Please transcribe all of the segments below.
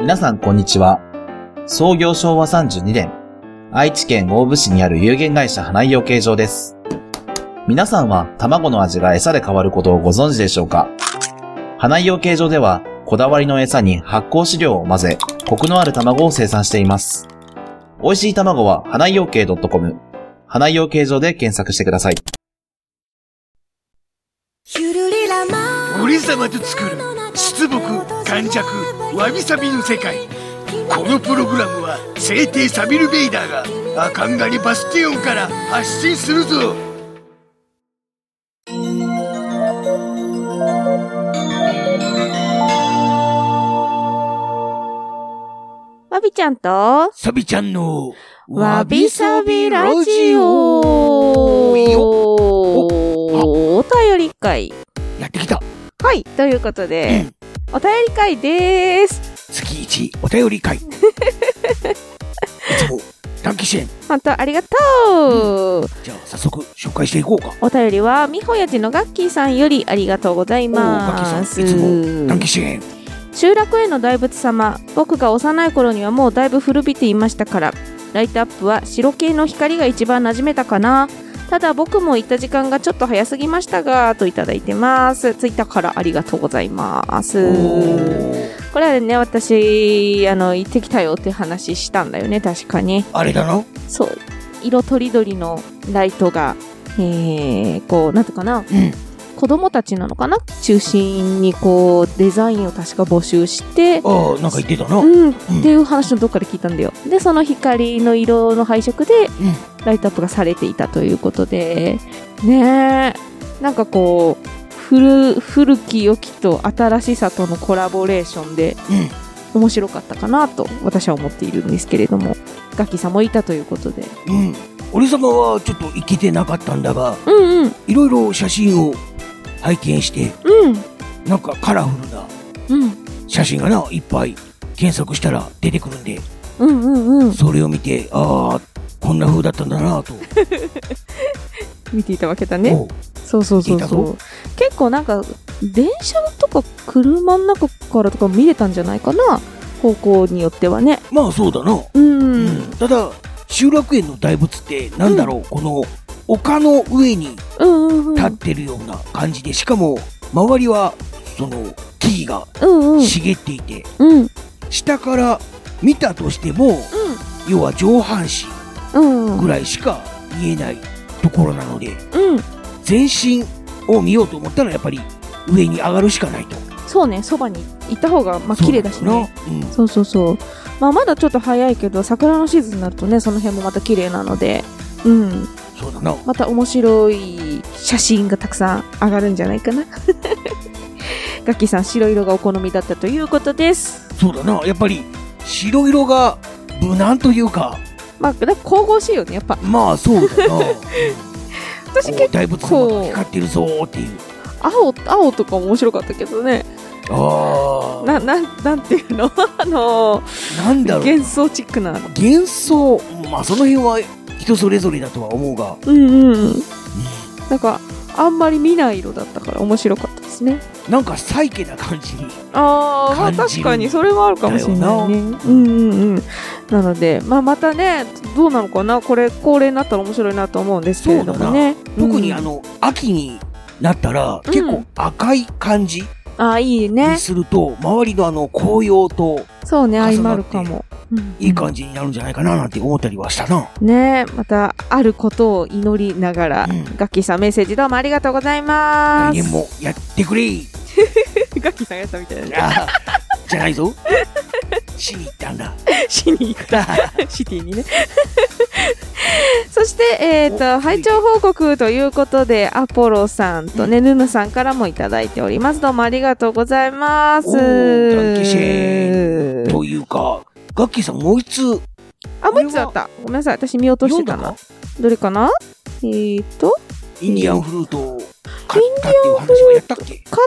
皆さんこんにちは。創業昭和32年、愛知県大府市にある有限会社花井養鶏場です。皆さんは卵の味が餌で変わることをご存知でしょうか花井養鶏場では、こだわりの餌に発酵飼料を混ぜ、コクのある卵を生産しています。美味しい卵は花井養鶏 .com、花井養鶏場で検索してください。俺様と作る出木感弱わびさびの世界このプログラムは聖帝サビル・ベイダーがアカンガリ・バスティオンから発信するぞわびちゃんと、サビちゃんのわびさびラジオお便り会。やってきたはい、ということで、お便り会でーす。月一お便り 会いつも短期支援本当ありがとう、じゃあ早速紹介していこうかお便りは、みほやじのガッキーさんよりありがとうございまおす。ーガッキー短期支援集落への大仏様僕が幼い頃にはもうだいぶ古びていましたからライトアップは白系の光が一番馴染めたかなただ僕も行った時間がちょっと早すぎましたがといただいてますツイッターからありがとうございますこれはね私あの行ってきたよって話したんだよね確かにあれだなそう色とりどりのライトがえー、こうなんていうかな、ん子供たちなのかな中心にこうデザインを確か募集してああなんか言ってたなうん、っていう話のどっかで聞いたんだよでその光の色の配色でんライトアップがされていたということでねえなんかこう古古き良きと新しさとのコラボレーションでうん面白かったかなと私は思っているんですけれどもガキさんもいたということでうん、俺様はちょっと生きてなかったんだがうんうんいろいろ写真を拝見してうんなんかカラフルなうん写真がないっぱい検索したら出てくるんでうんうんうんそれを見てああこんな風だったんだなと見ていたわけだねおうそうそうそう聞いたそうぞ結構なんか電車とか車の中からとか見れたんじゃないかな方向によってはねまあそうだな、うん、うんただ集落園の大仏ってなんだろう、この丘の上にうんうんうん立ってるような感じでしかも周りはその木々うんうがん茂っていて、うん下から見たとしても要は上半身うんうんぐらいしか見えないところなのうでん全身を見ようと思ったらやっぱり上に上がるしかないとそうねそばに行った方がまあそう綺麗だしねなんだよなそうそうそうまあまだちょっと早いけど桜のシーズンになるとねその辺もまた綺麗なのでうんうん、そうだなまた面白い写真がたくさん上がるんじゃないか なガッキーさん白色がお好みだったということですそうだなやっぱり白色が無難というかまあ、だ神々しいよね、やっぱ。まあそうだな 私お結大仏様が光ってるぞーっていう構、青、青とか面白かったけどね。あな、なん、なんていうの あのあなんだろう幻想チックな。幻想まあその辺は人それぞれだとは思うがうんうん。なんか、あんまり見ない色だったから面白かったですね。なんかサイケな感じにあーまあ、感じ確るかにそれはあるかもしれないね。うんうんうん。なので、まあ、またね、どうなのかなこれ、恒例になったら面白いなと思うんですけれどもね。特にうんあ、の秋になったらうん結構赤い感じあーいいにね。すると周りのあの紅葉とそうね、重なって相まるかも。うんいい感じになるんじゃないかななんて思ったりはしたな。ねまたあることを祈りながら、うんガッキーさんメッセージどうもありがとうございま来す年もやってくれ ガッキーさんやったみ たいなねあじゃないぞ。しに行ったんだ。しに行く シティにね そして、えー、とお拝聴報告ということでアポロさんとね、ヌヌさんからもいただいておりますどうもありがとうございますおーダンケシェというか、ガッキーさんもう一つあもう一つあったごめんなさい私見落としてた読なんだかどれかなえー、とインディアンフルートを買ったっていう話はやったっけ買ったっ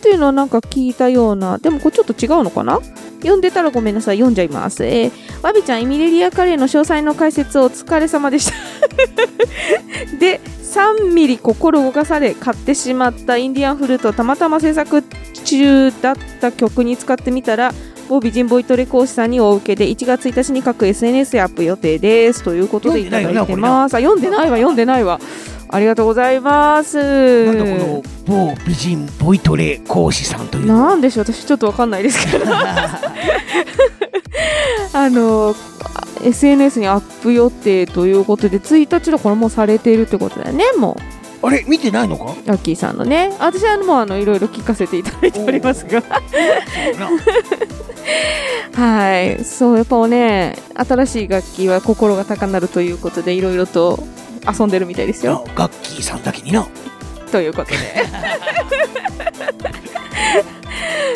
ていうのはなんか聞いたようなでもこれちょっと違うのかな読んでたらごめんなさい読んじゃいますえー、わびちゃんエミレリアカレーの詳細の解説お疲れ様でした で3ミリ心動かされ買ってしまったインディアンフルートをたまたま制作中だった曲に使ってみたら某美人ボイトレ講師さんにお受けで1月1日に各 SNS へアップ予定ですということでいただいてますあ読んでないわ読んでないわありがとうございますなんだこの某美人ボイトレ講師さんというのはなんでしょう私ちょっとわかんないですけどあの SNS にアップ予定ということで1日だからもうされているってことだよねもあれ見てないのかうラッキーさんのね私はもうあのいろいろ聞かせていただいておりますがな はいそうやっぱね新しい楽器は心が高鳴るということでいろいろと遊んでるみたいですよなガッキーさんだけになということで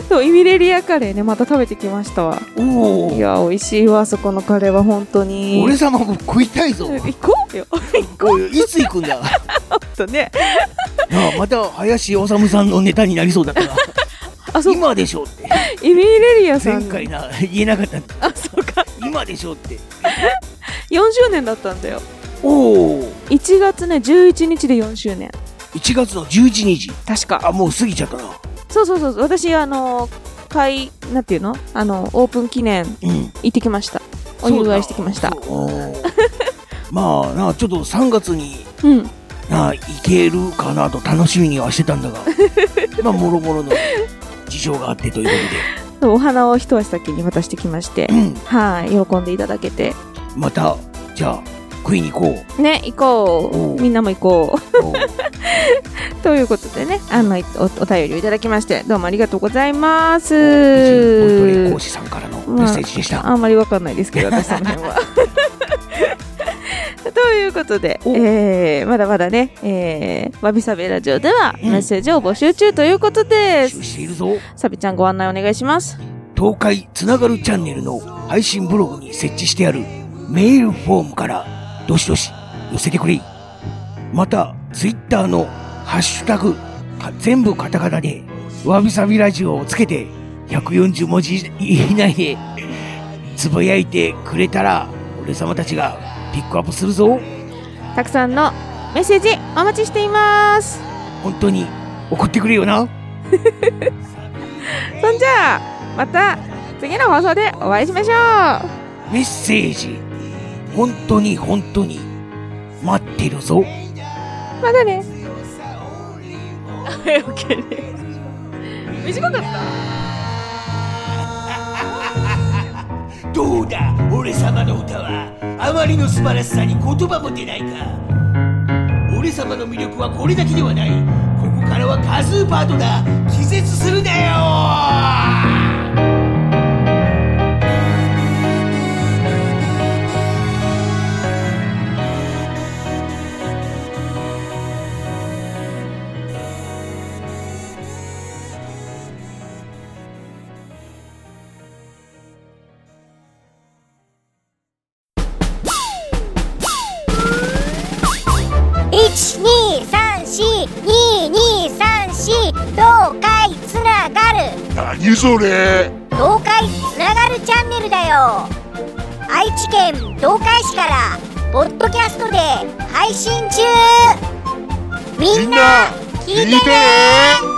そうイミレリアカレーねまた食べてきましたわおおいや美味しいわあそこのカレーは本当に俺様も食いたいぞ 行こうよおいいつ行くんだなとねあまた林修さんのネタになりそうだから あ そう今でしょう ってイミレリアさ前ん回な言えなかったあそうか今でしょうって40年だったんだよおお1月ね11日で4周年1月の11日確かあもう過ぎちゃったなそうそうそうそう私あの会なんていうのあのオープン記念うん行ってきましたおそうだ祝いしてきましたそうおーまあなあちょっと3月にうんなあ行けるかなと楽しみにはしてたんだ がまあもろもろの事情があってというこそうお花を一足先に渡してきまして とで、うん、はい喜んでいただけてまたじゃあ食いに行こうね行こおううみんなも行こうおーということでね、あのおお便りをいただきまして、どうもありがと うございま美人ボイトレす講。師さんからのメッセージでした。あんまりわかんないですけど、私その辺は。 ということで、おえーまだまだね、えーわびさびラジオではうんメッセージを募集中ということで募す。集しているぞ。さびちゃんご案内お願いします。東海つながるチャンネルの配信ブログに設置してあるメールフォームからどしどし寄せてくれ。また、ツイッターのハッシュタグ、か全部カタカナで、わびさびラジオをつけて、140文字以内で、つぶやいてくれたら、俺様たちがピックアップするぞ。たくさんのメッセージお待ちしています。本当に送ってくれよな。そんじゃあ、また次の放送でお会いしましょう。メッセージ、本当に本当に待ってるぞ。また ね。はい、OK です。 短かったどうだ、俺様の歌は、あまりの素晴らしさに言葉も出ないか。俺様の魅力はこれだけではない。ここからはカズーパートだ。気絶するなよ12342234東海つながる何それ東海つながるチャンネルだよ愛知県東海市からポッドキャストで配信中みんな聞いてねね